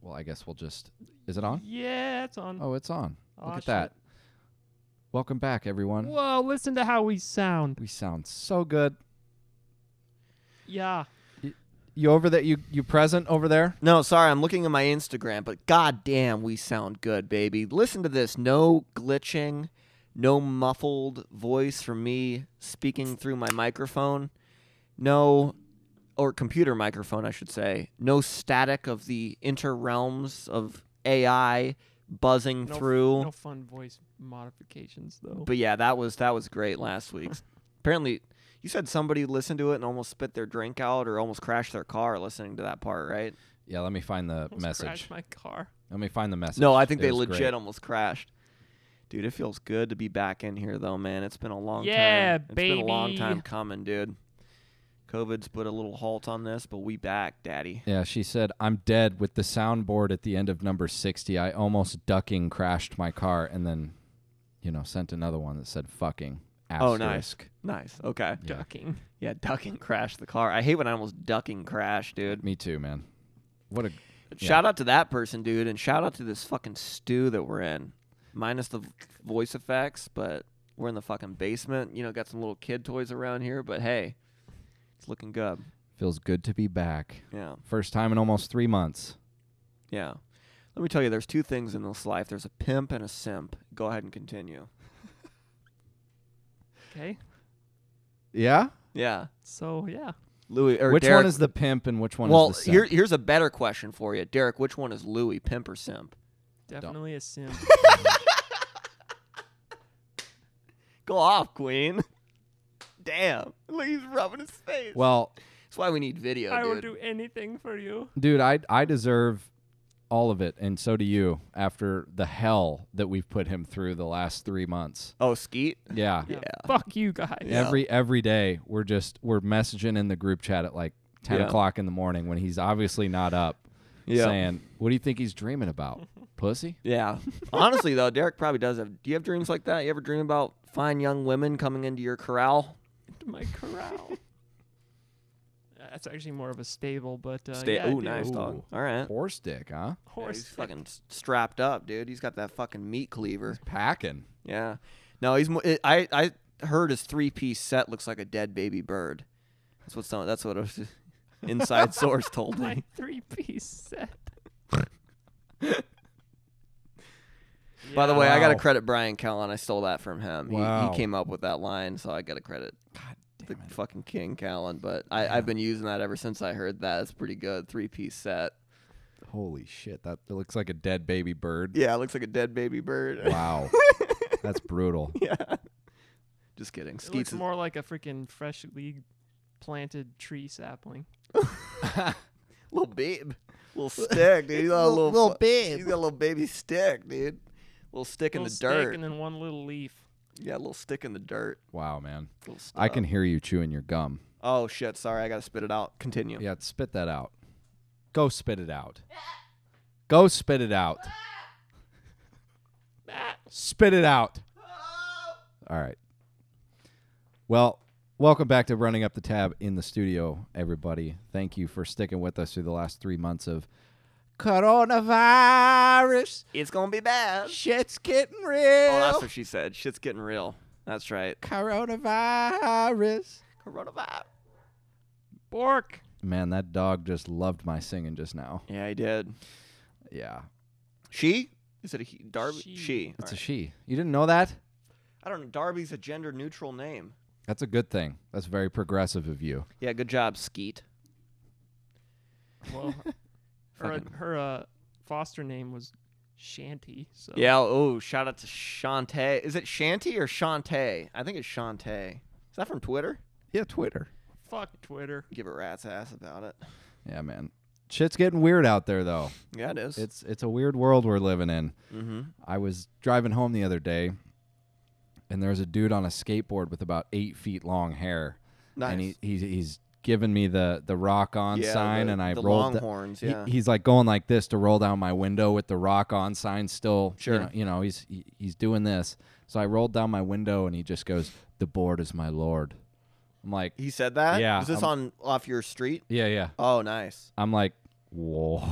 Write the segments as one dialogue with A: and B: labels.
A: Well, I guess we'll just. Is it on?
B: Yeah, it's on.
A: Oh, it's on. Look
B: Mm-hmm. Aw,
A: at
B: shit.
A: that. Welcome back, everyone.
B: Whoa, listen to how we sound.
A: We sound so good.
B: Yeah.
A: You over there? You you present over there?
C: No, sorry, I'm looking at my Instagram, but goddamn, we sound good, baby. Listen to this. No glitching, no muffled voice from me speaking through my microphone. No or computer microphone, I should say. No static of the interrealms of AI buzzing
B: No, f-
C: through.
B: No fun voice modifications though.
C: But yeah, that was that was great last week. Apparently, you said somebody listened to it and almost spit their drink out or almost crashed their car listening to that part, right?
A: Yeah. Let me find the
B: Almost
A: message.
B: crashed my car.
A: Let me find the message.
C: No, I think
A: It
C: they
A: was great.
C: legit almost crashed. Dude, it feels good to be back in here though, man. It's been a long
B: Yeah,
C: time. It's been a long
B: baby.
C: time coming, dude. COVID's put a little halt on this, but we back, daddy.
A: Yeah, she said, "I'm dead." With the soundboard at the end of number sixty, I almost ducking crashed my car, and then, you know, sent another one that said "fucking."
C: Oh,
A: Asterisk.
C: nice. Nice. Okay.
A: Yeah.
B: Ducking.
C: Yeah, ducking crash the car. I hate when I almost ducking crash, dude.
A: Me too, man. What a Yeah.
C: Shout out to that person, dude, and shout out to this fucking stew that we're in. Minus the v- voice effects, but we're in the fucking basement. You know, got some little kid toys around here, but hey, it's looking good.
A: feels good to be back.
C: Yeah,
A: First time in almost three months.
C: yeah. Let me tell you, there's two things in this life there's a pimp and a simp. Go ahead and continue.
B: Okay.
A: Yeah.
C: Yeah.
B: So yeah.
C: Louis, or
A: which
C: Derek,
A: one is the pimp and which one
C: Well,
A: is the simp?
C: Here, here's a better question for you. Derek, which one is Louis, pimp or simp?
B: Definitely a simp.
C: Go off, queen. Damn. Look, he's rubbing his face.
A: well,
C: That's why we need video,
B: I
C: dude.
B: will do anything for you.
A: dude, I I deserve all of it, and so do you. After the hell that we've put him through the last three months.
C: Oh, Skeet?
A: Yeah.
C: Yeah.
B: Fuck you guys.
C: Yeah.
A: Every every day we're just we're messaging in the group chat at like ten
C: Yeah.
A: o'clock in the morning when he's obviously not up.
C: Yeah.
A: Saying, what do you think he's dreaming about? Pussy?
C: Yeah. Honestly, though, Derek probably does have. Do you have dreams like that? You ever dream about fine young women coming into your corral?
B: To my corral. That's actually more of a stable, but uh,
C: Stay.
B: yeah, I
C: ooh,
B: do.
C: nice dog.
A: Ooh.
C: All right.
A: Horse dick, huh?
C: Yeah,
B: Horse.
C: he's fucking s- strapped up, dude. He's got that fucking meat cleaver.
A: Packing.
C: Yeah. No, he's. mo- I I heard his three piece set looks like a dead baby bird. That's what some. That's what a inside source told
B: Oh my
C: me.
B: three piece set.
C: By the way, I got to
A: Wow.
C: credit Brian Kellen. I stole that from him. He-
A: Wow.
C: He, came up with that line, so I got to credit
A: God
C: the
A: damn it.
C: fucking King Callan, but I, I've been using that ever since I heard that. It's pretty good. Three piece set.
A: Holy shit. That that looks like a dead baby bird.
C: Yeah, it looks like a dead baby bird.
A: Wow. That's brutal.
C: yeah. Just kidding.
B: It looks
C: Skeets is,
B: more like a freaking freshly planted tree sapling.
C: little babe. Little stick, dude. He's got a little, little babe. He's got a little baby stick, dude. Little stick in
B: Little
C: the
B: stick
C: dirt.
B: and then one little leaf.
C: yeah, little stick in the dirt.
A: Wow, man.
C: Little stuff.
A: I can hear you chewing your gum.
C: Oh shit! Sorry, I gotta spit it out. Continue.
A: Yeah, spit that out. Go spit it out. Go spit it out. Spit it out. All right. Well, welcome back to Running Up the Tab in the studio, everybody. Thank you for sticking with us through the last three months of coronavirus.
C: It's gonna be bad.
A: Shit's getting
C: Oh, that's
A: real.
C: what she said. Shit's getting real. That's right.
A: Coronavirus.
C: Coronavirus.
B: Bork.
A: Man, that dog just loved my singing just now.
C: Yeah, I did.
A: Yeah.
C: She? Is it a he? Darby? She.
B: She.
A: It's
C: Alright.
A: a she. You didn't know that?
C: I don't know. Darby's a gender neutral name.
A: That's a good thing. That's very progressive of you.
C: Yeah, good job, Skeet.
B: Well, her
C: Fucking-
B: her uh, foster name was Shanty. So
C: Yeah, oh, shout out to Shantae. Is it Shanty or Shantae? I think it's Shantae. Is that from Twitter?
A: Yeah, Twitter.
B: Fuck Twitter.
C: Give a rat's ass about it.
A: Yeah, man. Shit's getting weird out there though.
C: Yeah, it is.
A: It's it's a weird world we're living in.
C: mm-hmm.
A: I was driving home the other day and there's a dude on a skateboard with about eight feet long hair.
C: Nice.
A: And he, he's he's giving me the the rock on
C: Yeah,
A: sign
C: the-
A: and I
C: the
A: rolled the-
C: Longhorns,
A: he-
C: yeah.
A: he's like going like this to roll down my window with the rock on sign still. you
C: Sure.
A: know- You know, he's he, he's doing this. So I rolled down my window and he just goes, "The board is my lord." I'm like,
C: he said that?
A: Yeah, um,
C: Is this
A: I'm-
C: on off your street?
A: "Yeah, yeah."
C: Oh, nice.
A: I'm like,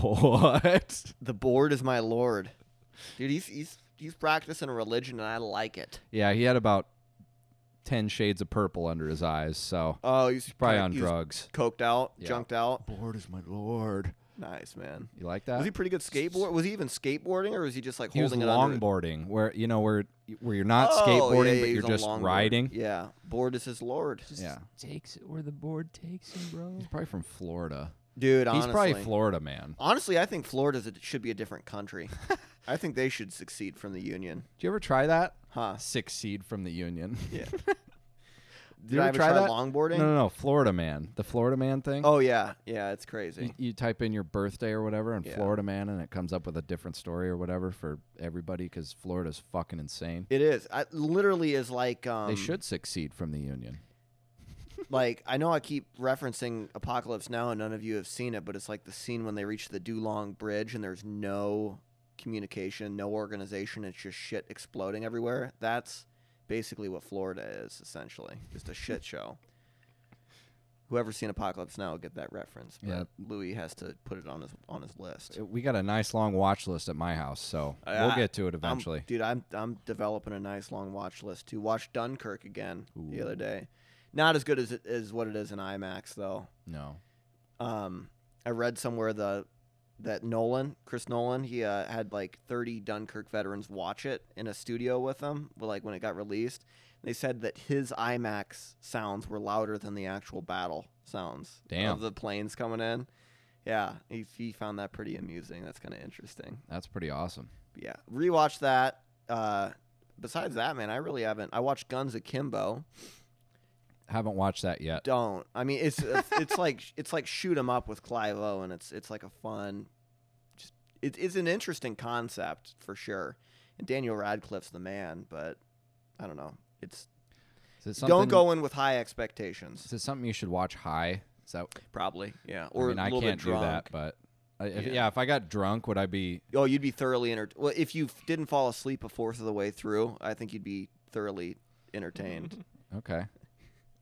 A: What?
C: The board is my lord. Dude, he's he's he's practicing a religion and I like it.
A: Yeah, he had about ten shades of purple under his eyes, so
C: Oh, he's
A: probably
C: kinda-
A: on
C: he's
A: drugs.
C: Coked out,
A: Yeah.
C: junked out.
A: Bored is my lord.
C: Nice, man.
A: You like that?
C: Was he pretty good skateboard? Was he even skateboarding or was he just like
A: He was
C: holding it under-
A: longboarding, where you know where where you're not
C: Oh, yeah,
A: skateboarding,
C: yeah,
A: but
C: he's
A: you're
C: a
A: just
C: longboard.
A: riding.
C: Yeah. Board is his lord.
B: Just
A: Yeah.
B: takes it where the board takes him, bro.
A: He's probably from Florida.
C: Dude,
A: He's
C: honestly.
A: probably Florida man.
C: Honestly, I think Florida should be a different country. I think they should succeed from the union.
A: Did you ever try that?
C: Huh?
A: Succeed from the union.
C: Yeah.
A: Did
C: Did I ever try, longboarding?
A: No, no, no. Florida man. The Florida man thing.
C: Oh yeah, yeah, it's
A: You,
C: crazy.
A: you type in your birthday or whatever, and
C: Yeah.
A: Florida man, and it comes up with a different story or whatever for everybody because Florida's fucking insane.
C: It is. I literally is like um,
A: they should succeed from the union.
C: like I know I keep referencing Apocalypse Now and none of you have seen it, but it's like the scene when they reach the Dulong Bridge and there's no communication, no organization, it's just shit exploding everywhere. That's basically what Florida is, essentially. Just a shit show. Whoever's seen Apocalypse Now will get that reference. But
A: Yeah.
C: Louis has to put it on his on his list.
A: Uh, We got a nice long watch list at my house, so we'll
C: Uh, I-
A: get to it
C: I'm-
A: eventually.
C: dude, I'm I'm developing a nice long watch list too. Watch Dunkirk again the
A: Ooh.
C: other day. Not as good as it is what it is in IMAX though.
A: no.
C: Um, I read somewhere the that Nolan, Chris Nolan, he uh, had like 30 Dunkirk veterans watch it in a studio with him, but, like when it got released. They said that his IMAX sounds were louder than the actual battle sounds
A: Damn.
C: of the planes coming in. Yeah, he, he found that pretty amusing. That's kind of interesting.
A: That's pretty awesome.
C: Yeah, rewatch that. Uh, besides that, man, I really haven't. I watched Guns Akimbo.
A: Haven't watched that yet.
C: Don't. I mean, it's it's like it's like shoot 'em up with Clive Owen. It's it's like a fun, just it is an interesting concept for sure. And Daniel Radcliffe's the man, but I don't know. It's
A: Is it
C: don't
A: something-
C: go in with high expectations.
A: Is it something you should watch high? Is that?
C: Probably, yeah.
A: I
C: Or
A: mean,
C: a
A: I
C: little
A: can't
C: bit
A: do
C: drunk.
A: that, but I, if, yeah.
C: Yeah.
A: if I got drunk, would I be?
C: Oh, you'd be thoroughly entertained. Well, if you f- didn't fall asleep a fourth of the way through, I think you'd be thoroughly entertained.
A: Okay.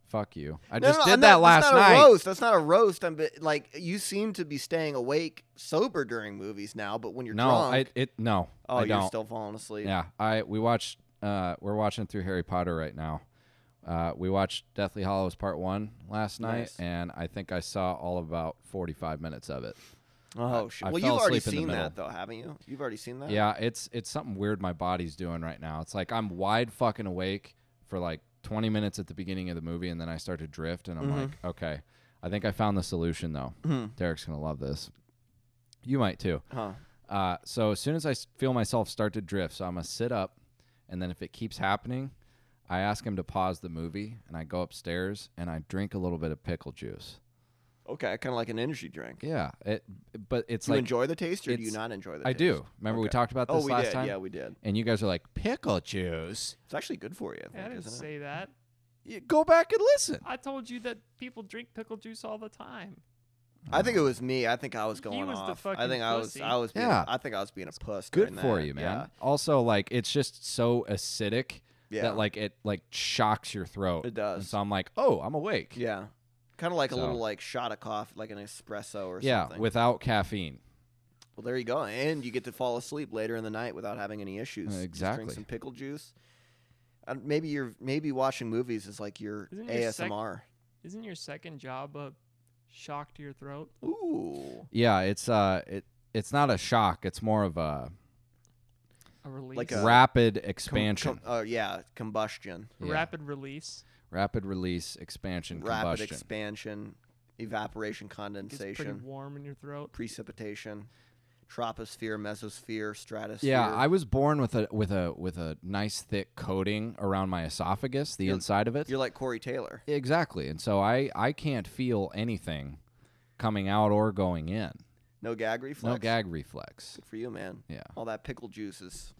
A: Fuck you. I
C: No,
A: just
C: no,
A: did
C: I'm
A: that
C: not-
A: last
C: that's not
A: night.
C: A roast. That's not a roast. I'm but, like you seem to be staying awake sober during movies now, but when you're
A: no, I
C: drunk,
A: it no.
C: oh,
A: I
C: you're
A: don't.
C: still falling asleep.
A: yeah, I we watched. Uh, we're watching through Harry Potter right now. Uh, we watched Deathly Hollows Part One last night,
C: Nice.
A: and I think I saw all about forty-five minutes of it.
C: Oh shit.
A: I
C: Well,
A: fell
C: you've already
A: asleep in the
C: seen that
A: middle.
C: though, haven't you? You've already seen that.
A: Yeah, it's it's something weird my body's doing right now. It's like I'm wide fucking awake for like 20 minutes at the beginning of the movie, and then I start to drift, and I'm
C: Mhm.
A: like, okay, I think I found the solution though.
C: Hmm.
A: Derek's gonna love this. You might too.
C: Huh.
A: Uh, so as soon as I s- feel myself start to drift, so I'm gonna sit up, and then if it keeps happening, I ask him to pause the movie, and I go upstairs and I drink a little bit of pickle juice.
C: Okay, kind of like an energy drink.
A: Yeah, it, but it's
C: do you
A: like
C: enjoy the taste, or do you
A: it's-
C: not enjoy the
A: I
C: taste?
A: do. Remember we
C: Okay.
A: talked about this
C: oh, we
A: last
C: did.
A: time,
C: Yeah, we did.
A: and you guys are like pickle juice.
C: It's actually good for you. I
B: I
C: think,
B: didn't
C: isn't it?
B: say that.
A: You go back and listen.
B: I told you that people drink pickle juice all the time.
C: I think it was me. I think I was
B: He
C: going
B: was the
C: off. I
B: fucking
C: think I was.
B: pussy.
C: I was. Being,
A: Yeah.
C: I think I was being a puss.
A: good
C: during
A: for
C: that.
A: you, man. Also, like it's just so acidic
C: Yeah. yeah.
A: that like it like shocks your throat.
C: It
A: And
C: does.
A: so I'm like, oh, I'm awake.
C: Yeah. Kind of like a
A: So-
C: little like shot of coffee, like an espresso or
A: Yeah,
C: something.
A: without caffeine.
C: well, there you go, and you get to fall asleep later in the night without having any issues. Just
A: exactly.
C: drink some pickle juice. Uh, maybe you're maybe watching movies is like your
B: Isn't your sec-
C: ASMR.
B: Isn't your second job a shock to your throat?
C: Ooh,
A: Yeah, it's uh, it it's not a shock. It's more of a
B: A release?
C: Like a-
A: rapid
C: Com-
A: expansion,
C: com- uh, yeah, combustion,
A: yeah.
B: rapid release?
A: rapid release, expansion,
C: rapid
A: combustion.
C: expansion, evaporation,
B: Gets pretty
C: condensation,
B: warm in your throat.
C: precipitation, troposphere, mesosphere, stratosphere.
A: yeah, I was born with a with a with a nice thick coating around my esophagus, the
C: You're-
A: inside of it.
C: you're like Corey Taylor.
A: Exactly. And so I I can't feel anything coming out or going in.
C: No gag reflex.
A: No gag reflex.
C: Good for you, man.
A: Yeah.
C: All that pickle juice is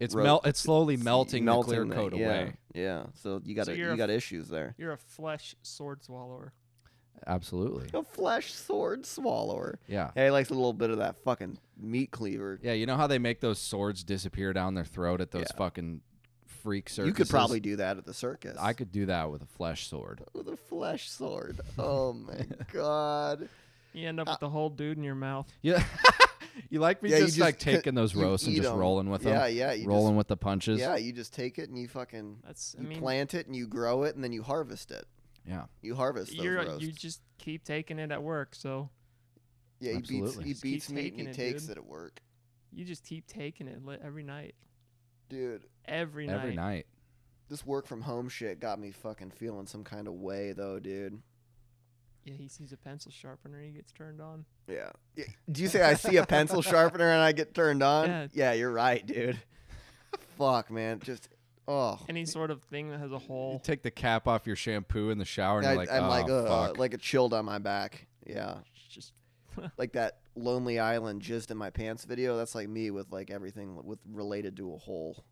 A: It's
C: Ro-
A: melt it's slowly melting, the
C: the-
A: clear coat
C: yeah,
A: away.
C: Yeah, so you got
B: So you're
C: you
B: a
C: got issues there.
B: You're a flesh sword swallower.
A: Absolutely.
C: A flesh sword swallower.
A: Yeah.
C: Yeah, he likes a little bit of that fucking meat cleaver.
A: Yeah, you know how they make those swords disappear down their throat at those
C: Yeah.
A: fucking freak circuses?
C: You could probably do that at the circus.
A: I could do that with a flesh sword.
C: with a flesh sword. Oh my god.
B: You end up with the whole dude in your mouth.
A: Yeah. you like me
C: Yeah, you
A: just, like
C: just cut-
A: taking those
C: you
A: roasts and
C: eat
A: just
C: 'em.
A: rolling with
C: Yeah,
A: them?
C: yeah, you
A: rolling
C: just-
A: with the punches?
C: yeah, you just take it and you fucking
B: That's I
C: you
B: mean,
C: plant it and you grow it and then you harvest it.
A: Yeah.
C: You harvest those
B: you're
C: roasts.
B: you just keep taking it at work, so
C: yeah, he
A: Absolutely.
C: beats
B: Just
C: he
B: keep
C: beats meat
B: taking
C: and he
B: it,
C: takes
B: dude.
C: it at work,
B: you just keep taking it li- every night,
C: dude.
B: every night.
A: Every night.
C: This work from home shit got me fucking feeling some kind of way though, dude.
B: Yeah, he sees a pencil sharpener, he gets turned on.
C: Yeah. Yeah, Do you say I see a pencil sharpener and I get turned on?
B: Yeah.
C: you're right, dude. Fuck, man. Just oh.
B: Any sort of thing that has a
A: You
B: hole.
A: take the cap off your shampoo in the shower and
C: I,
A: you're like,
C: I'm
A: oh,
C: like, uh,
A: fuck.
C: like a chill down my back. Yeah,
B: it's Just
C: like that Lonely Island jizzed in my pants video. That's like me with like everything with related to a hole.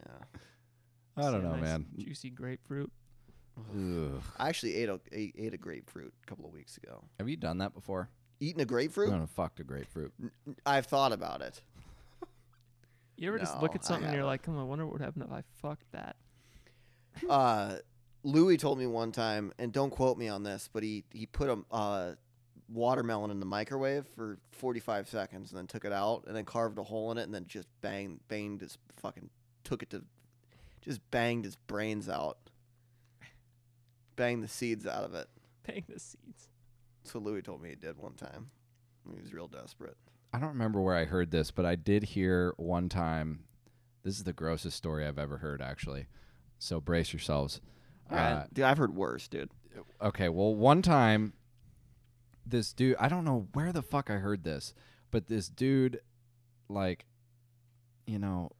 C: yeah, uh,
A: I don't
B: see a
A: know,
B: nice
A: man.
B: Juicy grapefruit.
A: Ugh.
C: I actually ate a ate, ate a grapefruit a couple of weeks ago.
A: Have you done that before?
C: Eating a grapefruit?
A: No, no, fuck the grapefruit.
C: I've thought about it.
B: You ever just look
C: No,
B: at
C: I
B: something and you're
C: haven't.
B: like, "Come on, I wonder what would happen if I fucked that."
C: uh, Louis told me one time, and don't quote me on this, but he he put a uh, watermelon in the microwave for 45 seconds, and then took it out, and then carved a hole in it, and then just bang banged his fucking took it to, just banged his brains out, banged the seeds out of it.
B: Paying the seeds.
C: So Louis told me he did one time. He was real desperate.
A: I don't remember where I heard this, but I did hear one time. This is the grossest story I've ever heard, actually. So brace yourselves. Uh,
C: dude, I've heard worse, dude.
A: okay, well, one time, this dude, I don't know where the fuck I heard this, but this dude, like, you know,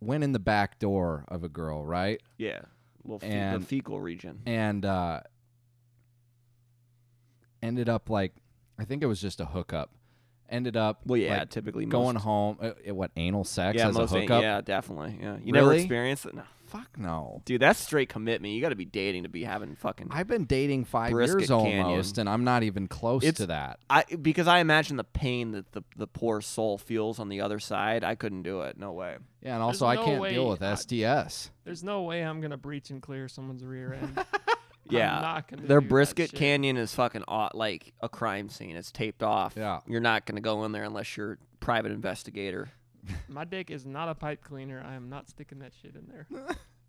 A: went in the back door of a girl, right?
C: Yeah, little
A: fe- the And-
C: fecal region.
A: and uh ended up like I think it was just a hookup. Ended up like,
C: typically
A: going home uh, it- what anal sex as a hookup?
C: definitely. Yeah, you
A: never Really?
C: experienced it. No.
A: Fuck no.
C: Dude, that's straight commitment. You got to be dating to be having fucking. I,
A: I've been dating 5
C: Brisket
A: years almost
C: Canyon.
A: and I'm not even close
C: It's-
A: to that.
C: because I imagine the pain that the the poor soul feels on the other side. I couldn't do it. No way.
A: Yeah, and also I
B: no
A: can't deal
B: way
A: with
B: I-
A: STS.
B: There's no way I'm gonna breach and clear someone's rear end.
C: Yeah,
B: I'm not gonna
C: their
B: do that
C: brisket
B: shit.
C: canyon is fucking aw- like a crime scene. It's taped off.
A: Yeah.
C: you're not gonna go in there unless you're a private investigator.
B: My dick is not a pipe cleaner. I am not sticking that shit in there.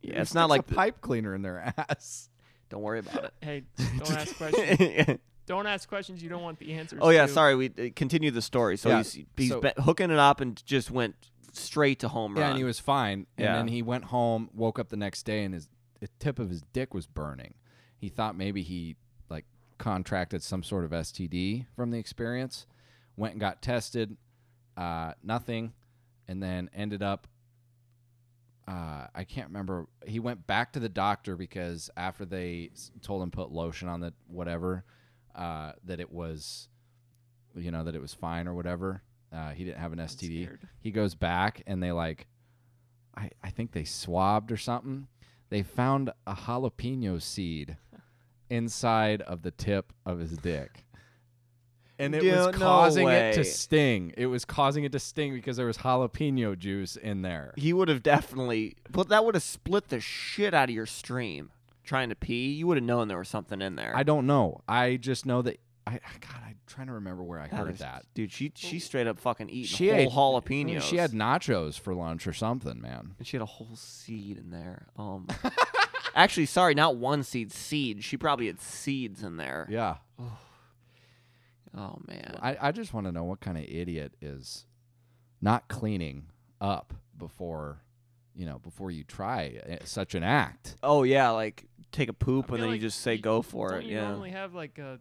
A: He
C: Yeah, it's
A: sticks
C: not like
A: a
C: the-
A: pipe cleaner in their ass.
C: Don't worry about
B: Hey, don't ask questions.
C: it.
B: Don't ask questions you don't want the answers.
C: oh yeah,
B: to.
C: sorry. We uh, continue the story. So
A: Yeah,
C: he's he's
A: so-
C: be- hooking it up and just went straight to home
A: Yeah,
C: run.
A: and he was fine. And
C: Yeah.
A: then he went home, woke up the next day, and his the tip of his dick was burning. He thought maybe he like contracted some sort of STD from the experience. Went and got tested, uh, nothing, and then ended up. Uh, I can't remember. He went back to the doctor because after they s- told him put lotion on the whatever, uh, that it was, you know, that it was fine or whatever. Uh, he didn't have an
B: I'm
A: STD
B: scared.
A: he goes back and they like I, I think they swabbed or something. They found a jalapeno seed inside of the tip of his dick. And it
C: Dude,
A: was
C: no
A: causing it
C: way.
A: to sting. It was causing it to sting because there was jalapeno juice in there.
C: he would have definitely but that would have split the shit out of your stream trying to pee you would have known there was something in there
A: I don't know. I just know that I God, I'm trying to remember where I heard
C: is-
A: that.
C: dude she she straight up fucking eating
A: She
C: whole
A: ate- I mean,
C: jalapenos
A: She had nachos for lunch or something, man.
C: and she had a whole seed in there um actually sorry not one seed seed she probably had seeds in there
A: Yeah.
C: oh man
A: I, I just want to know what kind of idiot is not cleaning up before you know before you try uh, such an act.
C: oh yeah like take a
B: I
C: poop and
B: feel
C: then
B: like
C: you just say
B: you-
C: go for
B: don't
C: it
B: You
C: yeah
B: normally have like a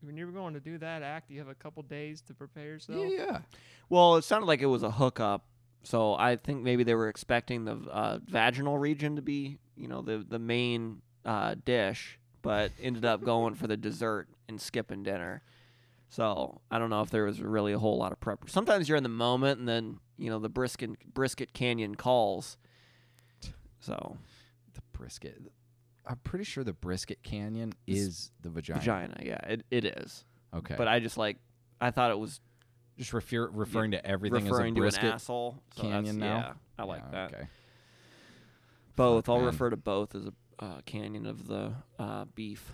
B: when you're going to do that act, you have a couple days to prepare yourself.
A: yeah,
C: well it sounded like it was a hookup so i think maybe they were expecting the uh, vaginal region to be you know the the main uh, dish but ended up going for the dessert and skipping dinner so i don't know if there was really a whole lot of prep sometimes you're in the moment and then you know the brisket brisket canyon calls so
A: the brisket. I'm pretty sure the brisket canyon is the vagina.
C: vagina uh, yeah it, it is
A: Okay,
C: but i just like i thought it was
A: just refer- referring to everything
C: referring
A: as a
C: to an
A: brisket
C: asshole so that's-
A: canyon now?
C: yeah i like
A: Yeah,
C: that
A: Okay,
C: Both. I'll
A: man.
C: refer to both as a uh, canyon of the uh, beef.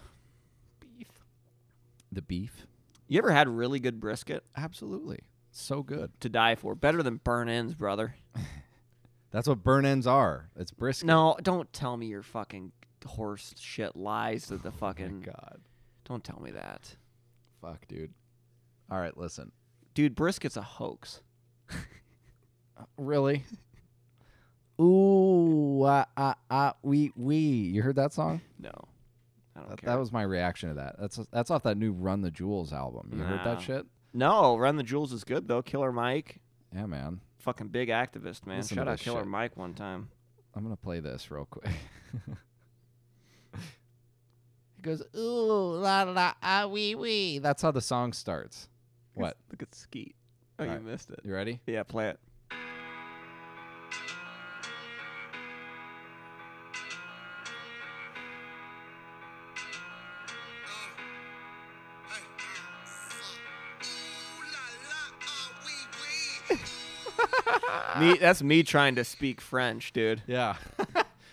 B: Beef.
A: The beef.
C: You ever had really good brisket
A: Absolutely. So good.
C: to die for? Better than burn ends, brother.
A: That's what burn ends are. It's brisket.
C: No, don't tell me your fucking horse shit lies to the
A: Oh My
C: fucking.
A: God.
C: don't tell me that,
A: Fuck, dude. All right, listen.
C: dude. Brisket's a hoax.
A: Really? Ooh, ah, ah, ah, wee, wee. You heard that song?
C: No, I don't
A: That,
C: care.
A: that was my reaction to that. That's that's off that new Run the Jewels album. You heard
C: Nah.
A: that shit?
C: no, Run the Jewels is good though. Killer Mike,
A: Yeah, man.
C: fucking big activist man.
A: Listen to
C: Shout out
A: this
C: Killer
A: shit.
C: Mike one time.
A: I'm gonna play this real quick. he goes, ooh, la la la, ah, wee, wee. That's how the song starts. What?
C: Look at Skeet. Oh,
A: All
C: you
A: right.
C: missed it.
A: You ready?
C: Yeah, play it. Me, that's me trying to speak French, dude.
A: Yeah.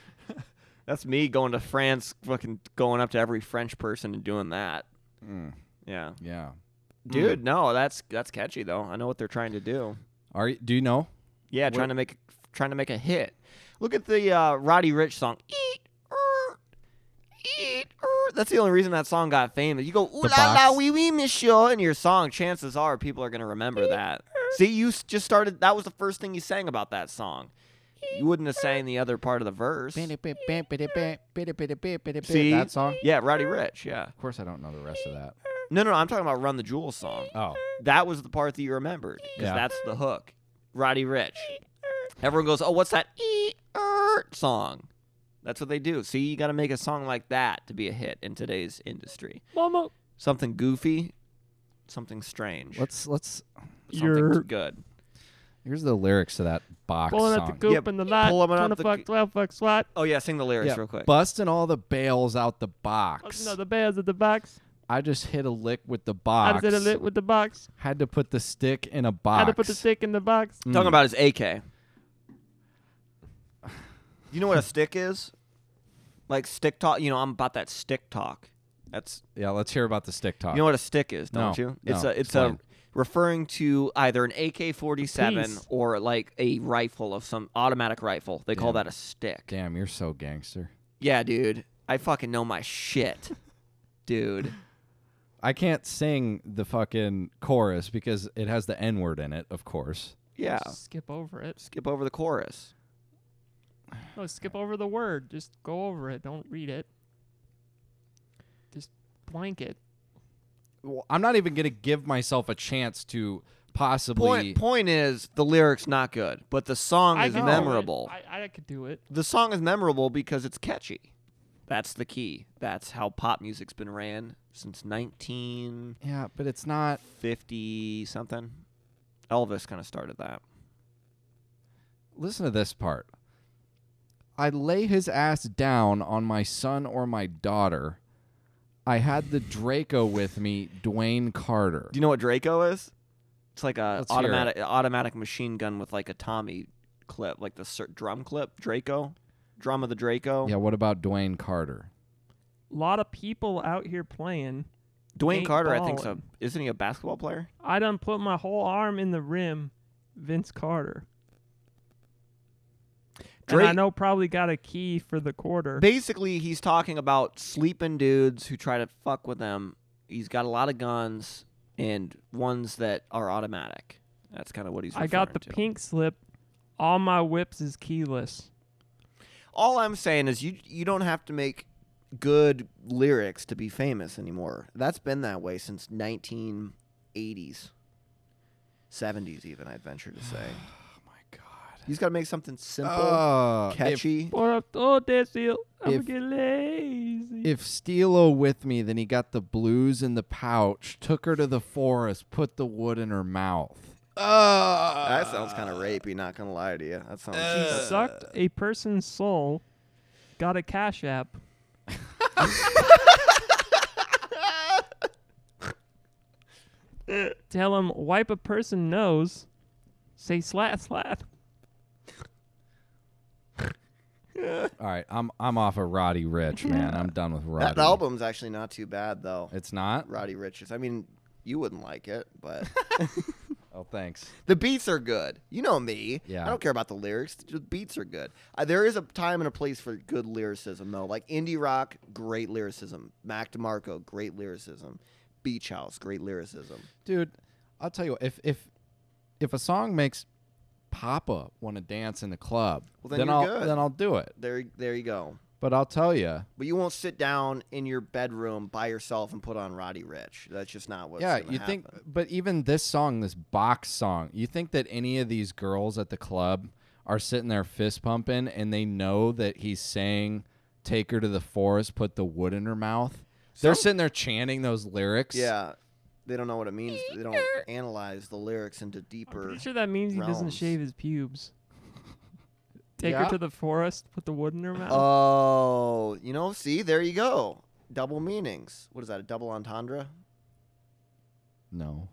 C: That's me going to France, fucking going up to every French person and doing that. Yeah,
A: Mm, yeah. Mm.
C: dude. No, that's that's catchy though. I know what they're trying to do.
A: Are you, do you know?
C: Yeah, trying to make trying to make a hit. Look at the uh, Roddy Rich song. Eat, er, eat, er. That's the only reason that song got famous. You go ooh la la
A: box.
C: wee wee monsieur in your song. Chances are people are gonna remember that.
A: er.
C: See, you s- just started. That was the first thing you sang about that song. You wouldn't
A: er.
C: have sang the other part of the verse. See
A: That song? er.
C: Yeah, Roddy Rich. Yeah.
A: Of course, I don't know the rest of that.
C: No, no, no, I'm talking about Run the Jewels song.
A: Oh,
C: That was the part that you remembered because
A: Yeah.
C: that's the hook. Roddy Rich. Everyone goes, "Oh, what's that ee er song?" That's what they do. See, you got to make a song like that to be a hit in today's industry.
B: Mama,
C: Something goofy, something strange,
A: let's let's.
C: something
B: Yer.
C: good.
A: Here's the lyrics to that box
B: pulling at the
A: song.
B: coop
C: Yeah,
B: in the lot.
C: pull 'em out
B: Trying to
C: the
B: fuck,
C: coo-
B: twelve fuck swat.
C: Oh yeah, sing the lyrics
A: Yeah,
C: real quick.
A: Busting all the bales out the box.
B: Another bears at the box.
A: I just hit a lick with the
B: I
A: box.
B: did a lit with the box.
A: Had to put the stick in a
B: I
A: box.
B: had to put the stick in the box.
A: mm.
C: Talking about his AK. You know what a stick is? Like stick talk. You know, I'm about that stick talk. That's
A: Yeah, let's hear about the stick talk.
C: You know what a stick is, don't
A: Uh, No,
C: you? It's
A: no,
C: a it's a
A: explain.
C: referring to either an AK-47
B: Piece.
C: or like a rifle of some automatic rifle. They call
A: Damn.
C: that a stick.
A: Damn, you're so gangster.
C: Yeah, dude. I fucking know my shit. dude.
A: I can't sing the fucking chorus because it has the N word in it, of course.
C: Yeah.
B: Skip over it.
C: Skip over the chorus.
B: No, skip over the word. Just go over it. Don't read it. Just blank it.
A: Well, I'm not even gonna give myself a chance to possibly.
C: Point point is the lyrics not good, but the song
B: I
C: is
B: could do it.
C: memorable.
B: I, I could do it.
C: the song is memorable because it's catchy. That's the key. That's how pop music's been ran since 1950
A: Yeah, but it's not.
C: something. Elvis kind of started that.
A: Listen to this part. I lay his ass down on my son or my daughter. I had the Draco with me, Dwayne Carter.
C: Do you know what Draco is? It's like a
A: Let's hear it.
C: automatic automatic machine gun with like a Tommy clip, like the cer- drum clip. Draco, drum of the Draco.
A: Yeah, what about Dwayne Carter?
B: A lot of people out here playing.
C: Dwayne
B: Ain't
C: Carter, I think's a
B: ballin'.
C: isn't he a basketball player?
B: I done put my whole arm in the rim. Vince Carter. And I
C: Drake-
B: know probably got a key for the quarter.
C: Basically, he's talking about sleeping dudes who try to fuck with them. He's got a lot of guns and ones that are automatic. That's kind of what he's.
B: I got
C: referring
B: the
C: to.
B: pink slip. All my whips is keyless.
C: All I'm saying is you you don't have to make good lyrics to be famous anymore. That's been that way since 1980s. 70s even I'd venture to say.
A: Oh my god.
C: You just got to make something simple,
A: Uh, if-
C: catchy.
B: What up, oh, that's it. I'm gonna
A: If-
B: get lazy.
A: If Steelo with me, then he got the blues in the pouch, took her to the forest, put the wood in her mouth.
C: that sounds kind of rapey, not going to lie to you. That sounds
B: she
A: uh,
B: sucked a person's soul, got a cash app. Tell him wipe a person nose, say slat slat.
A: All right, I'm I'm off of Roddy Rich, man. I'm done with Roddy.
C: That album's actually not too bad though.
A: It's not.
C: Roddy Richards. I mean, you wouldn't like it, but
A: Oh, thanks.
C: the beats are good. You know me.
A: Yeah.
C: I don't care about the lyrics. The beats are good. Uh, there is a time and a place for good lyricism though. Like indie rock, great lyricism. Mac DeMarco, great lyricism. Beach House, great lyricism.
A: dude i'll tell you what, if if if a song makes papa want to dance in the club
C: Well, then you're
A: i'll
C: good.
A: then i'll do it
C: There, there you go.
A: but i'll tell you
C: But you won't sit down in your bedroom by yourself and put on Roddy Rich. That's just not what's
A: yeah
C: gonna
A: you think
C: happen.
A: but even this song this box song you think that any of these girls at the club are sitting there fist pumping and they know that he's saying take her to the forest put the wood in her mouth they're
C: Some-
A: sitting there chanting those lyrics
C: Yeah, they don't know what it means. They don't analyze the lyrics into
B: I'm
C: deeper.
B: pretty sure that means he doesn't
C: realms.
B: shave his pubes. Take
A: Yeah.
B: her to the forest, put the wood in her mouth.
C: Uh, Oh, you know, see, there you go. Double meanings. What is that? A double entendre?
A: no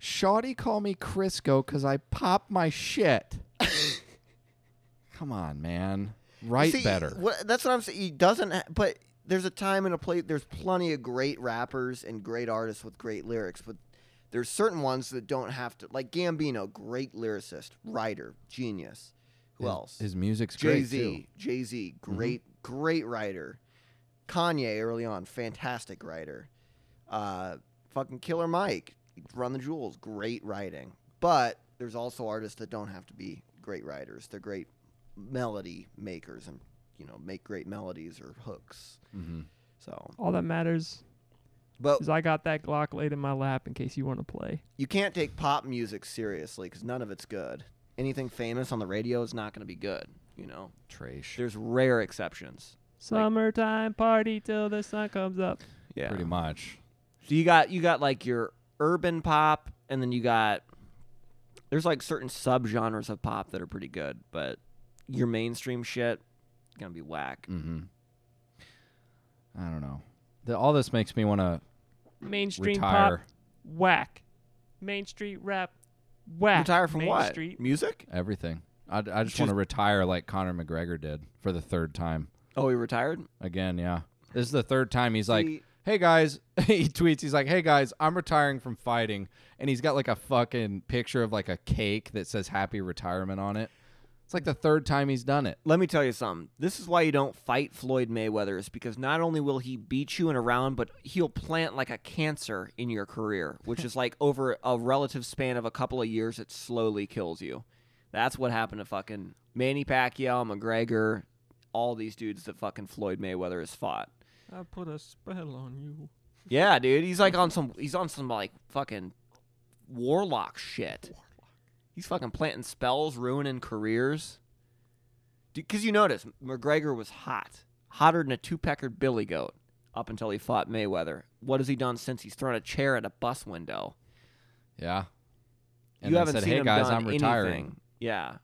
A: Shawty call me Crisco because I pop my shit. Come on, man. Write
C: See,
A: better.
C: What, that's what I'm saying. He doesn't. Ha- but there's a time and a place. There's plenty of great rappers and great artists with great lyrics, but there's certain ones that don't have to. Like Gambino, great lyricist, writer, genius. Who
A: His-
C: else?
A: His music's
C: Jay
A: great too. Mm-hmm.
C: Z. Jay Z, great, great writer. Kanye early on, fantastic writer. Uh, fucking Killer Mike, Run the Jewels, great writing. But there's also artists that don't have to be great writers. They're great melody makers and you know make great melodies or hooks.
A: Mhm.
C: So,
B: All that matters
C: but
B: is I got that Glock laid in my lap in case you want to play.
C: you can't take pop music seriously because none of it's good. Anything famous on the radio is not going to be good. You know,
A: Trash.
C: there's rare exceptions.
B: Summertime party till the sun comes up.
C: Yeah,
A: Pretty much.
C: So you got you got like your urban pop, and then you got there's like certain subgenres of pop that are pretty good, but your mainstream shit gonna be whack.
A: hmm Mm-hmm. I don't know. The, all this makes me want to
B: Mainstream
A: retire
B: pop, whack. Main street rap, whack.
C: Retire from
B: Main
C: what?
B: Street.
C: Music?
A: everything. I, I just
C: Just-
A: want to retire like Conor McGregor did for the third time.
C: Oh, he retired.
A: Again, yeah. This is the third time he's like,
C: See-
A: hey guys, he tweets, he's like, hey guys, I'm retiring from fighting. And he's got like a fucking picture of like a cake that says happy retirement on it. It's like the third time he's done it.
C: Let me tell you something. This is why you don't fight Floyd Mayweather is because not only will he beat you in a round, but he'll plant like a cancer in your career, which is like over a relative span of a couple of years, it slowly kills you. That's what happened to fucking Manny Pacquiao, McGregor, all these dudes that fucking Floyd Mayweather has fought.
B: I put a spell on you.
C: Yeah, dude, he's like on some he's on some like fucking warlock shit. He's fucking planting spells, ruining careers. Because you notice McGregor was hot, hotter than a two-peckered billy goat up until he fought Mayweather. What has he done since? He's thrown a chair at a bus window.
A: Yeah. And
C: you
A: then
C: haven't
A: said,
C: seen
A: hey
C: him
A: guys,
C: done
A: I'm retiring.
C: anything. Yeah,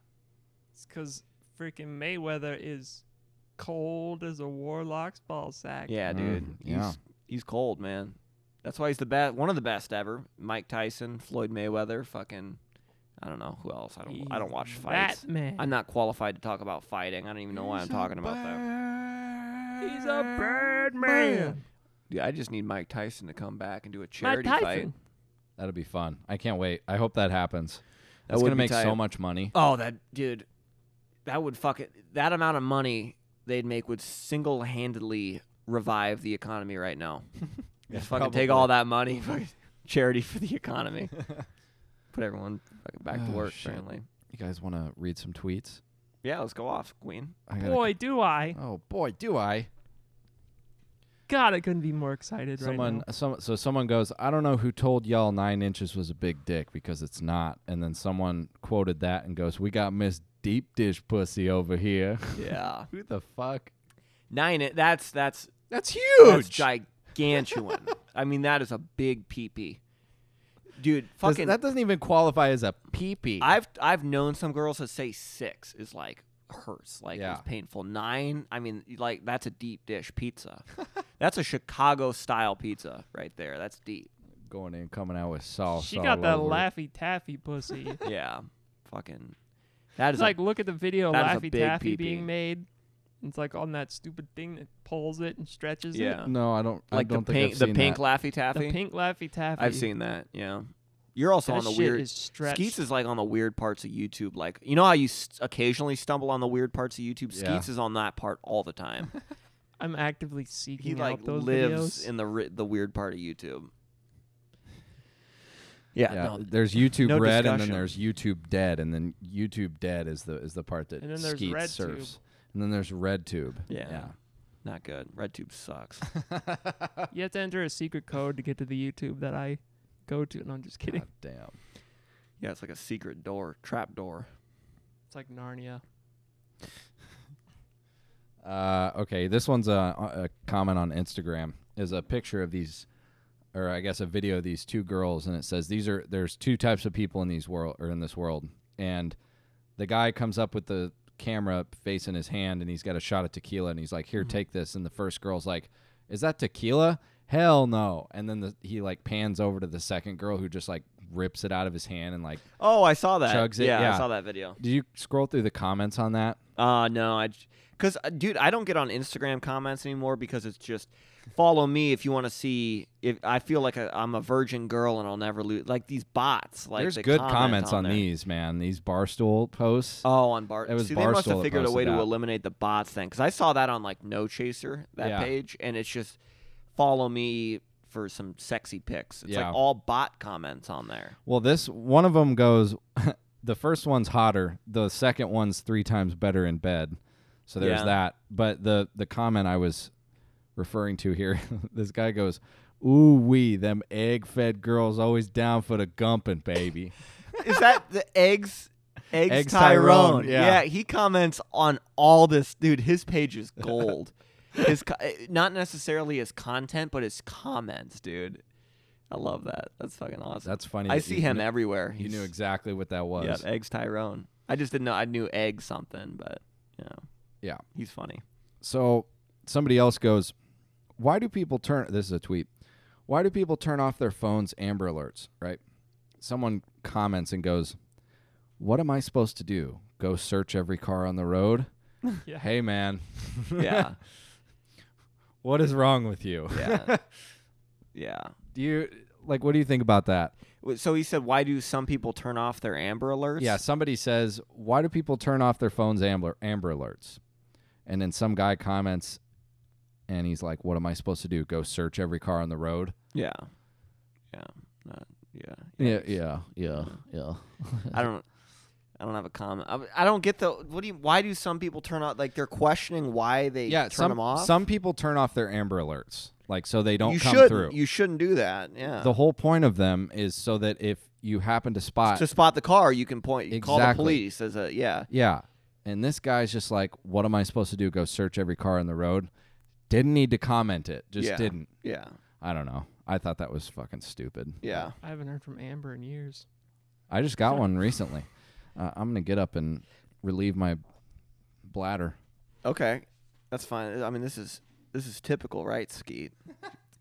B: It's because freaking Mayweather is cold as a warlock's ball sack.
C: yeah,
A: Mm,
C: dude.
A: yeah.
C: He's he's cold, man. That's why he's the best, one of the best ever. Mike Tyson, Floyd Mayweather, fucking, I don't know who else. I don't I don't watch fights.
B: That man.
C: I'm not qualified to talk about fighting. I don't even know why I'm talking about that.
B: He's a bird man.
C: Dude, I just need Mike Tyson to come back and do a
B: Mike
C: charity fight.
B: Tyson.
A: That'll be fun. I can't wait. I hope that happens.
C: That
A: That's
C: would
A: gonna
C: be
A: make
C: tight.
A: so much money.
C: Oh, that dude, that would fucking that amount of money they'd make would single handedly revive the economy right now. just fucking take all that money, fucking charity for the economy. Put everyone fucking back to
A: Oh,
C: work.
A: shit.
C: Apparently,
A: You guys want to read some tweets?
C: yeah, let's go off, Queen.
A: I gotta-
B: Boy, do I.
A: Oh boy, do I!
B: God, I couldn't be more excited right
A: Someone,
B: now.
A: some, so someone goes, I don't know who told y'all nine inches was a big dick because it's not. And then someone quoted that and goes, "We got Miss Deep Dish Pussy over here."
C: Yeah,
A: who the fuck?
C: nine. i- That's that's
A: That's huge.
C: That's gigantuan. I mean, that is a big peepee, dude.
A: Does-
C: Fucking.
A: that doesn't even qualify as a peepee.
C: I've I've known some girls that say six is like hurts, like
A: Yeah.
C: it's painful. Nine, I mean, like that's a deep dish pizza. that's a Chicago style pizza right there. That's deep.
A: Going in, coming out with sauce.
B: she
A: all
B: got that
A: over it.
B: Laffy Taffy pussy.
C: Yeah, fucking. That is
B: It's like, look at the video of
C: that is a
B: Laffy
C: big
B: Taffy
C: pee-pee.
B: being made. It's like on that stupid thing that pulls it and stretches
C: Yeah.
B: it.
A: No, I don't.
C: Like
A: I don't
C: the
A: think
C: pink,
A: I've
C: the
A: seen
C: pink
A: that.
C: Laffy Taffy.
B: The pink Laffy Taffy.
C: I've seen that. Yeah, you're also
B: That
C: on the
B: shit
C: weird.
B: is stretched.
C: Skeets is like on the weird parts of YouTube. Like you know how you s occasionally stumble on the weird parts of YouTube.
A: Yeah.
C: Skeets is on that part all the time.
B: I'm actively seeking
C: he like
B: out those
C: lives
B: videos.
C: in the ri- the weird part of YouTube. Yeah,
A: Yeah,
C: no,
A: there's YouTube
C: no
A: Red, and then
C: discussion.
A: there's YouTube Dead, and then YouTube Dead is the is the part that
B: And then there's
A: Skeet
B: RedTube.
A: surfs, and then there's Red Tube.
C: Yeah. not good. RedTube sucks.
A: yeah.
B: you have to enter a secret code to get to the YouTube that I go to. No, I'm just kidding.
A: God damn.
C: yeah, it's like a secret door, trap door.
B: It's like Narnia.
A: Uh, okay, this one's a, a comment on Instagram is a picture of these, or I guess a video of these two girls, and it says these are there's two types of people in these world or in this world, and the guy comes up with the camera face in his hand, and he's got a shot of tequila, and he's like, "Here, take this," and the first girl's like, "Is that tequila?" Hell no! And then the, he like pans over to the second girl who just like rips it out of his hand and like,
C: Oh, I saw that.
A: Chugs it,
C: yeah,
A: yeah.
C: I saw that video.
A: did you scroll through the comments on that?
C: Uh no, I cuz dude, I don't get on Instagram comments anymore because it's just follow me if you want to see if I feel like i I'm a virgin girl and I'll never lose like these bots like
A: There's
C: they
A: good
C: comment
A: comments on,
C: there.
A: these, man. These barstool posts.
C: Oh, on Bart.
A: It was
C: See, they
A: Barstool
C: must have
A: that
C: figured a way
A: posted
C: to
A: that.
C: eliminate the bots thing cuz I saw that on like No Chaser, that
A: Yeah.
C: page and it's just follow me for some sexy pics. It's
A: Yeah.
C: like all bot comments on there.
A: Well, this one of them goes. the first one's hotter. The second one's three times better in bed. So there's
C: Yeah.
A: that. But the the comment I was referring to here, this guy goes, "Ooh wee, them egg fed girls always down for the gumping, baby."
C: Is that the eggs? Eggs,
A: Eggs
C: Tyrone.
A: Tyrone, yeah.
C: yeah. he comments on all this, dude. His page is gold. his co- eh, not necessarily his content, but his comments, dude. I love that. That's fucking awesome.
A: That's funny.
C: I
A: that
C: see
A: you
C: him
A: Knew,
C: everywhere.
A: you knew
C: He's-
A: exactly what that was.
C: Yeah, eggs Tyrone. I just didn't know. I knew egg something, but you know.
A: Yeah.
C: he's funny.
A: So somebody else goes, "Why do people turn?" This is a tweet. Why do people turn off their phones' Amber Alerts? Right? Someone comments and goes, "What am I supposed to do? Go search every car on the road?"
B: Yeah.
A: Hey, man.
C: Yeah,
A: what is wrong with you?
C: yeah, yeah.
A: Do you like? What do you think about that?
C: Wait, So he said, "Why do some people turn off their Amber Alerts?"
A: Yeah. Somebody says, "Why do people turn off their phones' Amber Amber Alerts?" And then some guy comments, and he's like, "What am I supposed to do? Go search every car on the road?"
C: yeah, yeah, not, yeah.
A: Yeah. Yeah. Yeah. Yeah.
C: I don't. I don't have a comment. I, I don't get the. What do you? Why do some people turn off? Like they're questioning why they
A: yeah,
C: turn
A: some
C: them off.
A: some people turn off their Amber Alerts, like so they don't
C: you
A: come
C: shouldn't.
A: through.
C: You shouldn't do that. Yeah.
A: the whole point of them is so that if you happen to spot,
C: to spot the car, you can point. You Call the
A: Exactly.
C: police as a yeah.
A: yeah, and this guy's just like, "What am I supposed to do? Go search every car on the road?" Didn't need to comment it, just
C: Yeah.
A: didn't.
C: Yeah.
A: I don't know. I thought that was fucking stupid.
C: Yeah.
B: I haven't heard from Amber in years.
A: I just got one recently. Uh, I'm gonna get up and relieve my bladder.
C: Okay. That's fine. I mean, this is this is typical, right, Skeet?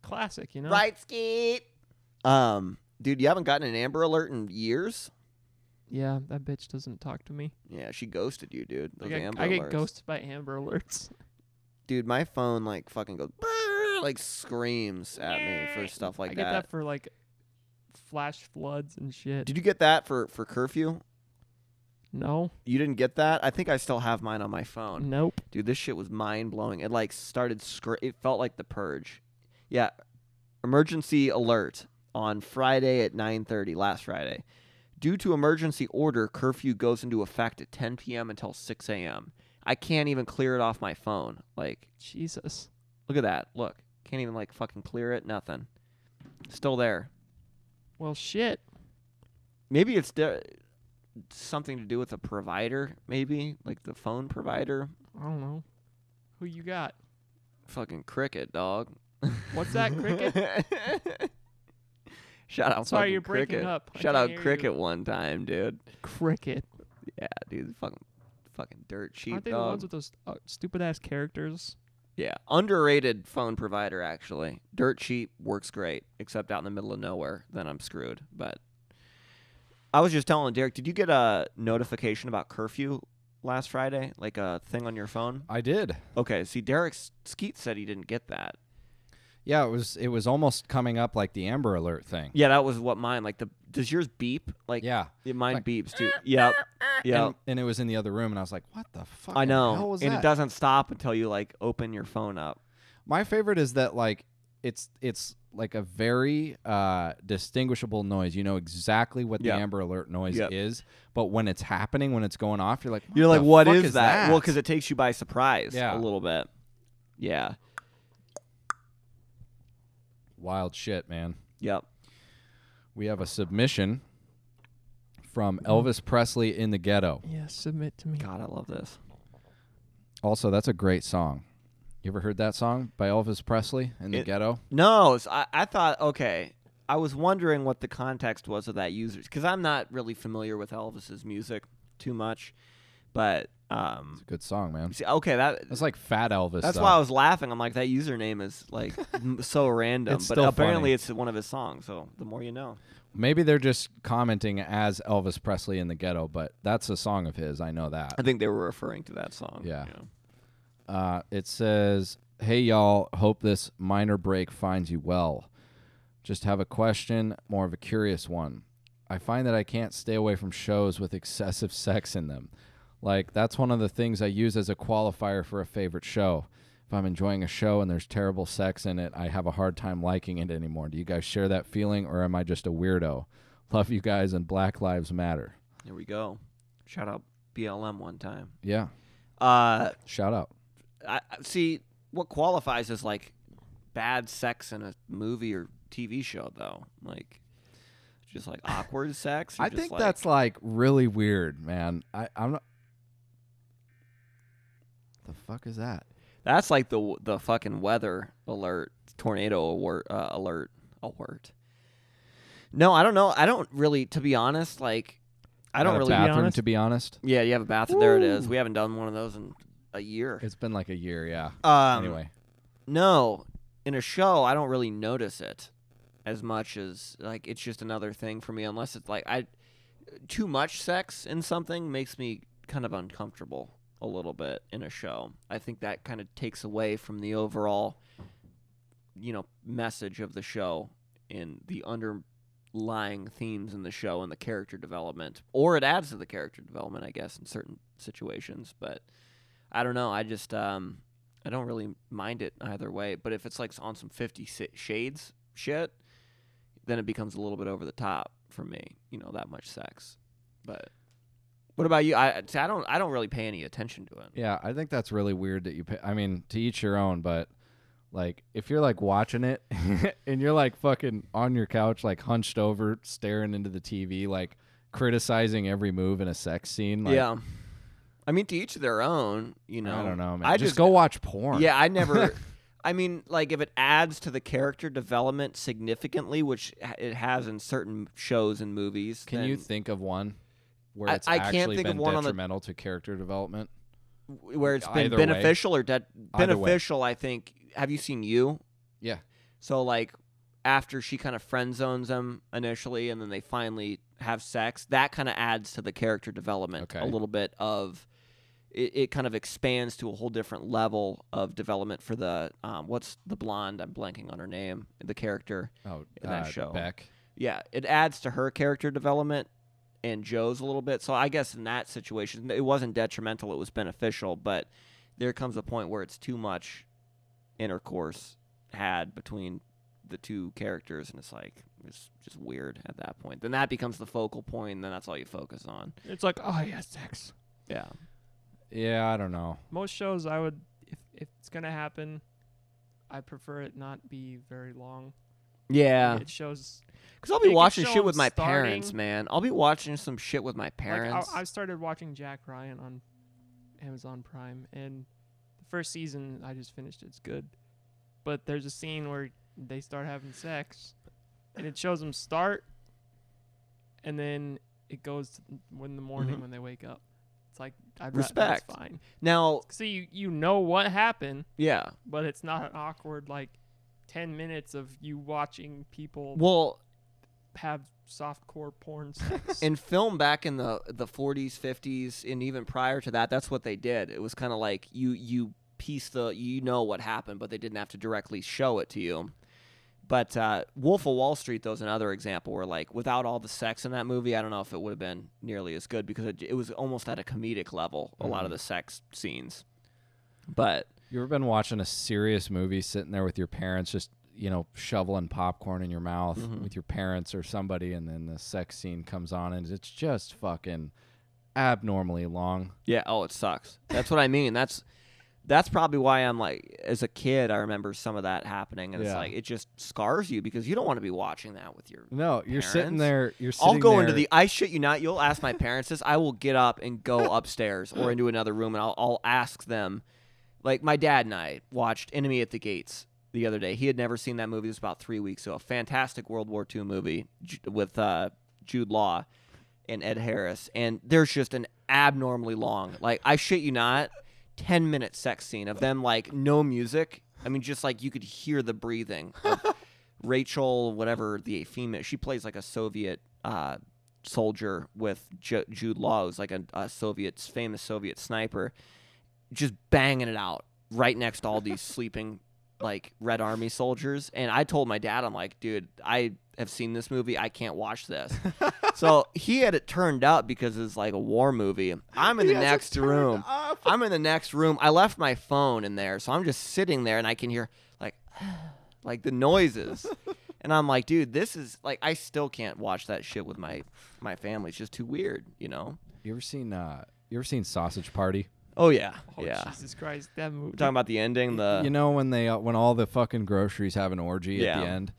B: Classic, you know.
C: Right, Skeet. Um, dude, you haven't gotten an Amber Alert in years.
B: Yeah, that bitch doesn't talk to me.
C: Yeah, she ghosted you, dude.
B: I
C: Those
B: get,
C: Amber
B: I get
C: Alerts.
B: ghosted by Amber Alerts.
C: Dude, my phone like fucking goes "Brrr," like screams at me for stuff like
B: I get that. for like flash floods and shit.
C: Did you get that for for curfew?
B: no,
C: You didn't get that? I think I still have mine on my phone.
B: nope.
C: Dude, this shit was mind blowing. It like started scr- it felt like the purge. Yeah. Emergency alert on Friday at 9:30 last Friday. Due to emergency order, curfew goes into effect at 10 p.m. until 6 a.m. I can't even clear it off my phone. Like,
B: Jesus.
C: look at that. Look. Can't even like fucking clear it. Nothing. Still there.
B: Well, shit.
C: Maybe it's de- something to do with the provider, maybe, like the phone provider.
B: I don't know. Who you got?
C: Fucking cricket, dog.
B: What's that cricket?
C: Shout out
B: Sorry,
C: fucking
B: you're breaking
C: cricket.
B: up. I
C: Shout
B: can't
C: out
B: hear you.
C: cricket one time, dude.
B: Cricket.
C: Yeah, dude, fucking fucking dirt cheap
B: Aren't they the
C: dog.
B: ones with those uh, stupid ass characters?
C: yeah, underrated phone provider actually. Dirt cheap works great, except out in the middle of nowhere. Then I'm screwed. But I was just telling Derek, did you get a notification about curfew last Friday, like a thing on your phone?
A: I did.
C: Okay, see, Derek S- Skeet said he didn't get that.
A: Yeah, it was it was almost coming up like the Amber Alert thing.
C: Yeah, that was what mine. Like the does yours beep? Like
A: Yeah.
C: yeah, mine
A: like- "Ah,
C: beeps too. Yep, yep.
A: And, and it was in the other room, and I was like, "What the fuck?
C: I
A: Hell
C: know,
A: was
C: and
A: that?
C: it doesn't stop until you like open your phone up.
A: My favorite is that like it's it's like a very uh, distinguishable noise. You know exactly what the
C: Yeah.
A: Amber Alert noise
C: Yep.
A: is, but when it's happening, when it's going off, you're like,
C: You're like,
A: the
C: what
A: fuck
C: is, that? Well,
A: because
C: because it takes you by surprise
A: Yeah.
C: a little bit. Yeah.
A: wild shit, man.
C: Yep.
A: We have a submission from Elvis Presley in the Ghetto.
B: Yeah, submit to me.
C: God, I love this.
A: Also, that's a great song. You ever heard that song by Elvis Presley in the
C: It-
A: Ghetto?
C: No, it's- I, I thought okay. I was wondering what the context was of that user because I'm not really familiar with Elvis's music too much, but
A: It's
C: um,
A: a good song, man.
C: see, okay, that
A: It's like Fat Elvis.
C: that's
A: though.
C: why I was laughing. I'm like that username is like m- so random,
A: It's
C: but
A: still
C: apparently
A: funny.
C: it's one of his songs. So the more you know.
A: Maybe they're just commenting as Elvis Presley in the Ghetto, but that's a song of his. I know that.
C: I think they were referring to that song.
A: Yeah. Uh, it says, Hey, y'all, hope this minor break finds you well. Just have a question, more of a curious one. I find that I can't stay away from shows with excessive sex in them. Like, that's one of the things I use as a qualifier for a favorite show. If I'm enjoying a show and there's terrible sex in it, I have a hard time liking it anymore. Do you guys share that feeling, or am I just a weirdo? Love you guys, and Black Lives Matter.
C: There we go. Shout out BLM one time.
A: Yeah,
C: Uh,
A: shout out.
C: I I- see what qualifies as like bad sex in a movie or TV show though. Like just like awkward sex. or
A: I
C: just,
A: think
C: like-
A: that's like really weird, man. I, I'm not. The fuck is that?
C: that's like the the fucking weather alert, tornado alert, uh, alert, alert. No, I don't know. I don't really, to be honest, like I don't
A: Got a
C: really.
A: bathroom
B: honest?
A: to be honest.
C: Yeah, you have a bathroom. There it is.
B: Woo.
C: We haven't done one of those in a year.
A: It's been like a year, yeah.
C: Um,
A: anyway,
C: No, in a show, I don't really notice it as much as like it's just another thing for me. Unless it's like I too much sex in something makes me kind of uncomfortable a little bit in a show. I think that kind of takes away from the overall, you know, message of the show and the underlying themes in the show and the character development. Or it adds to the character development, I guess, in certain situations. But I don't know. I just um, I don't really mind it either way. But if it's like on some Fifty si- Shades shit, then it becomes a little bit over the top for me. You know that much sex. But what about you? I see, I don't I don't really pay any attention to it.
A: yeah, I think that's really weird that you. Pay, I mean, to each your own, but like if you're like watching it and you're like fucking on your couch, like hunched over, staring into the TV, like criticizing every move in a sex scene. Like,
C: yeah. I mean, to each their own. You know.
A: I don't know, man.
C: I
A: just
C: just-
A: go watch porn.
C: Yeah, I never. I mean, like if it adds to the character development significantly, which h- it has in certain shows and movies.
A: Can
C: then
A: you think of one where
C: I-
A: it's
C: I can't
A: actually
C: think of
A: been
C: one on the-
A: detrimental to character development?
C: w- where it's been
A: Either way.
C: beneficial or de-
A: Either way.
C: beneficial? I think. Have you seen you?
A: Yeah.
C: So like after she kind of friend zones them initially and then they finally have sex, that kind of adds to the character development a
A: Okay.
C: little bit of it, it kind of expands to a whole different level of development for the um, what's the blonde I'm blanking on her name the character
A: Oh,
C: in that
A: uh,
C: show.
A: Beck.
C: yeah it adds to her character development and Joe's a little bit so I guess in that situation it wasn't detrimental it was beneficial but there comes a point where it's too much intercourse had between the two characters and it's like it's just weird at that point then that becomes the focal point and then that's all you focus on
B: It's like, oh yeah, sex.
C: yeah
A: Yeah, I don't know.
B: Most shows, I would, if, if it's gonna happen, I prefer it not be very long.
C: yeah
B: It shows.
C: because i'll
B: You
C: be
B: can
C: watching
B: show
C: shit
B: 'em
C: with my parents
B: starting-
C: man i'll be watching some shit with my
B: Like, I,
C: parents
B: I started watching Jack Ryan on Amazon Prime, and the first season I just finished. It's good, but there's a scene where they start having sex, and it shows them start, and then it goes to when the morning
C: Mhm.
B: when they wake up. It's like I'd
C: Respect.
B: Ra- that's fine.
C: now
B: See, you, you know what happened,
C: yeah
B: but it's not an awkward like ten minutes of you watching people
C: well
B: have softcore porn sex.
C: in film back in the the 40s 50s and even prior to that that's what they did it was kind of like you you piece the you know what happened but they didn't have to directly show it to you but uh, wolf of wall street though is another example where like without all the sex in that movie i don't know if it would have been nearly as good because it, it was almost at a comedic level a lot of the sex scenes but
A: You ever been watching a serious movie, sitting there with your parents, just you know, shoveling popcorn in your mouth
C: Mm-hmm.
A: with your parents or somebody, and then the sex scene comes on, and it's just fucking abnormally long.
C: Yeah. Oh, it sucks. That's what I mean. That's that's probably why I'm like, as a kid, I remember some of that happening, and it's
A: Yeah.
C: like it just scars you because you don't want to be watching that with your.
A: No, you're sitting
C: Parents?
A: there. You're. Sitting
C: I'll go into
A: there-
C: the. I shit you not. You'll ask my parents this. I will get up and go upstairs or into another room, and I'll, I'll ask them. Like my dad and I watched Enemy at the Gates the other day. He had never seen that movie. It was about three weeks ago. A fantastic World War II movie Ju- with uh, Jude Law and Ed Harris, and there's just an abnormally long, like I shit you not, ten minute sex scene of them like no music. I mean, just like you could hear the breathing. Of Rachel, whatever the female, she plays like a Soviet uh, soldier with Ju- Jude Law, who's like a, a Soviet famous Soviet sniper, just banging it out right next to all these sleeping like Red Army soldiers. And I told my dad, I'm like, dude, I have seen this movie. I can't watch this. so he had it turned up because it's like a war movie. I'm in the next room. I'm in the next room. I left my phone in there, so I'm just sitting there and I can hear like like the noises. and I'm like, dude, this is like I still can't watch that shit with my my family. It's just too weird, you know?
A: You ever seen? Uh, you ever seen Sausage Party?
C: Oh yeah.
B: oh,
C: yeah.
B: Jesus Christ, that movie.
C: We're talking about the ending, the
A: you know when they uh, when all the fucking groceries have an orgy at
C: Yeah.
A: the end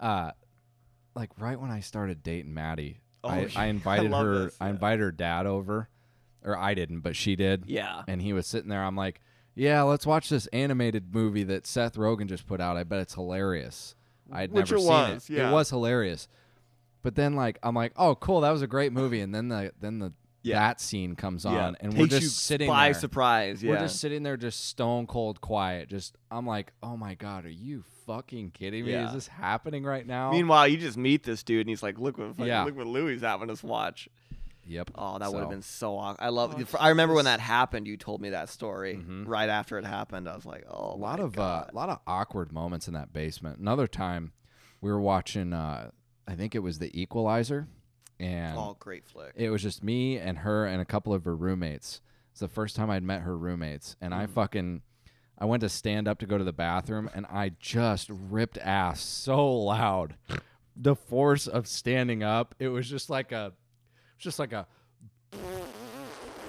A: uh like right when i started dating maddie
C: Oh,
A: I,
C: yeah.
A: I
C: I
A: invited
C: love
A: her
C: this,
A: i
C: yeah.
A: invited her dad over or i didn't but she did
C: Yeah.
A: and he was sitting there i'm like yeah let's watch this animated movie that seth rogen just put out i bet it's hilarious i'd
C: Which
A: never
C: it
A: seen
C: was,
A: it
C: yeah.
A: it was hilarious but then like i'm like oh cool that was a great movie and then the then the
C: Yeah.
A: that scene comes on
C: yeah.
A: and
C: Takes
A: we're
C: you
A: just sitting
C: by
A: there
C: surprise. Yeah.
A: we're just sitting there, just stone cold quiet. Just I'm like, oh my god, are you fucking kidding me?
C: Yeah.
A: Is this happening right now?
C: Meanwhile, you just meet this dude, and he's like, "Look what fucking,
A: Yeah.
C: look what Louis having us watch."
A: yep.
C: Oh, that
A: So,
C: would have been so awkward. I love.
B: Oh,
C: I remember when
B: Jesus.
C: that happened. You told me that story
A: Mhm.
C: right after it happened. I was like, "Oh,
A: a lot of uh, a lot of awkward moments in that basement. Another time, we were watching. Uh, I think it was The Equalizer, and
C: all Oh, great flick."
A: it was just me and her and a couple of her roommates. It's the first time I'd met her roommates, and I fucking. I went to stand up to go to the bathroom and I just ripped ass so loud. The force of standing up, it was just like a It's just like a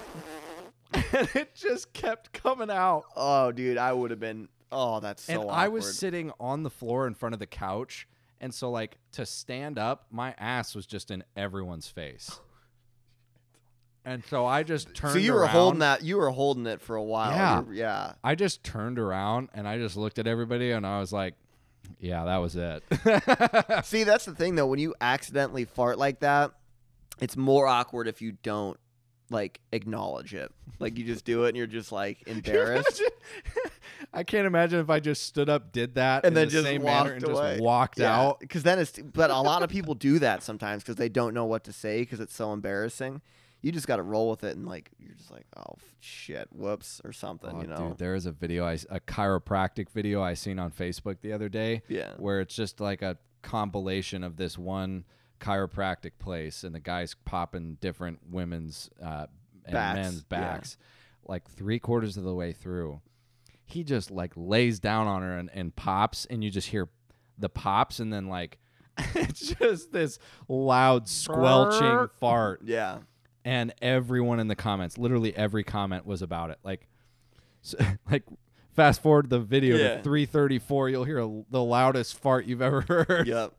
A: and it just kept coming out
C: oh, dude, I would have been. Oh, that's so.
A: and
C: awkward.
A: i was sitting on the floor in front of the couch and so like to stand up my ass was just in everyone's face and so i just turned
C: So you were
A: around.
C: holding that. You were holding it for a while.
A: Yeah.
C: You- yeah.
A: i just turned around and i just looked at everybody and i was like yeah that was it
C: See, that's the thing though. When you accidentally fart like that, it's more awkward if you don't like acknowledge it. Like you just do it, and you're just like embarrassed.
A: i can't imagine if i just stood up did that
C: And
A: in
C: then
A: the
C: just
A: same manner
C: walked
A: and
C: away.
A: just walked out
C: because then it's but a lot of people do that sometimes because they don't know what to say because it's so embarrassing you just got to roll with it and like you're just like oh f- shit whoops or something
A: Oh,
C: you know
A: dude, there is a video, I, s- a chiropractic video I seen on Facebook the other day,
C: yeah
A: where it's just like a compilation of this one chiropractic place, and the guys popping different women's uh, and
C: Backs,
A: men's
C: yeah.
A: backs. Like three quarters of the way through, he just like lays down on her and, and pops, and you just hear the pops, and then like it's just this loud squelching
B: Brrr.
A: fart
C: yeah
A: and everyone in the comments, literally every comment was about it. Like, s like fast forward the video
C: Yeah.
A: to three thirty four, you'll hear a, the loudest fart you've ever heard.
C: yep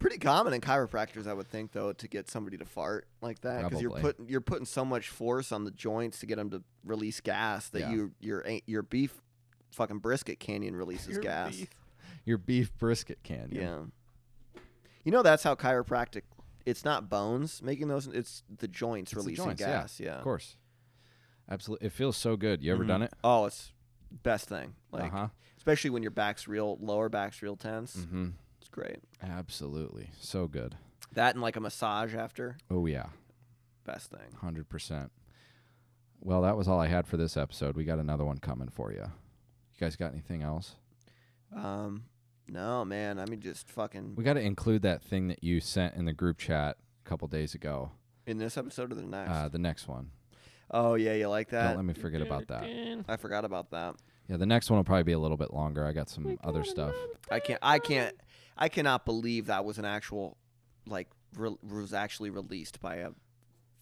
C: pretty common in chiropractors i would think though to get somebody to fart like that because you're
A: Probably.
C: putting you're putting so much force on the joints to get them to release gas that
A: Yeah.
C: you your ain't- your beef fucking brisket canyon releases
B: Your
C: gas
B: beef.
A: Your beef brisket can.
C: Yeah. You know that's how chiropractic. It's not bones making those. It's the joints
A: It's the
C: releasing
A: joints, yeah,
C: gas. Yeah.
A: of course. Absolutely, it feels so good. You ever
C: Mhm.
A: done it?
C: Oh, it's best thing. Like
A: uh huh.
C: especially
A: Mm.
C: when your back's real lower back's real tense.
A: Mm-hmm.
C: It's great.
A: Absolutely, so good.
C: That and like a massage after.
A: Oh yeah,
C: Best thing.
A: hundred percent. Well, that was all I had for this episode. We got another one coming for you. You guys got anything else?
C: Um, no, man. I mean, just fucking
A: We got to include that thing that you sent in the group chat a couple days ago.
C: in this episode or the next.
A: Uh, the next one.
C: oh yeah, you like
A: Don't
C: that?
A: let me forget about that.
C: I forgot about that.
A: Yeah, the next one will probably be a little bit longer. I got some
B: oh,
A: other stuff.
C: I can't. I can't. I cannot believe that was an actual, like, re- was actually released by a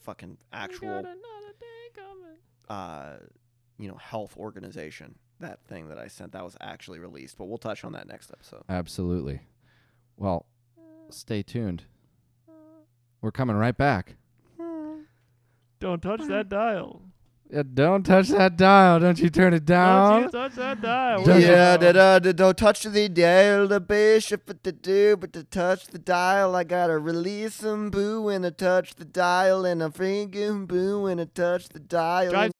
C: fucking actual, uh, you know, health organization. That thing that I sent that was actually released. But we'll touch on that next episode.
A: Absolutely. Well, stay tuned. We're coming right back.
B: Don't touch that dial.
A: Yeah, don't touch that dial. Don't you turn it
B: Don't you
A: down.
B: touch that dial.
A: Don't-
C: Yeah, da, da, da, don't touch the dial, the bishop, but to do, but to touch the dial, I gotta release him, boo, and I touch the dial, and I freaking boo, and I touch the dial.
B: Drive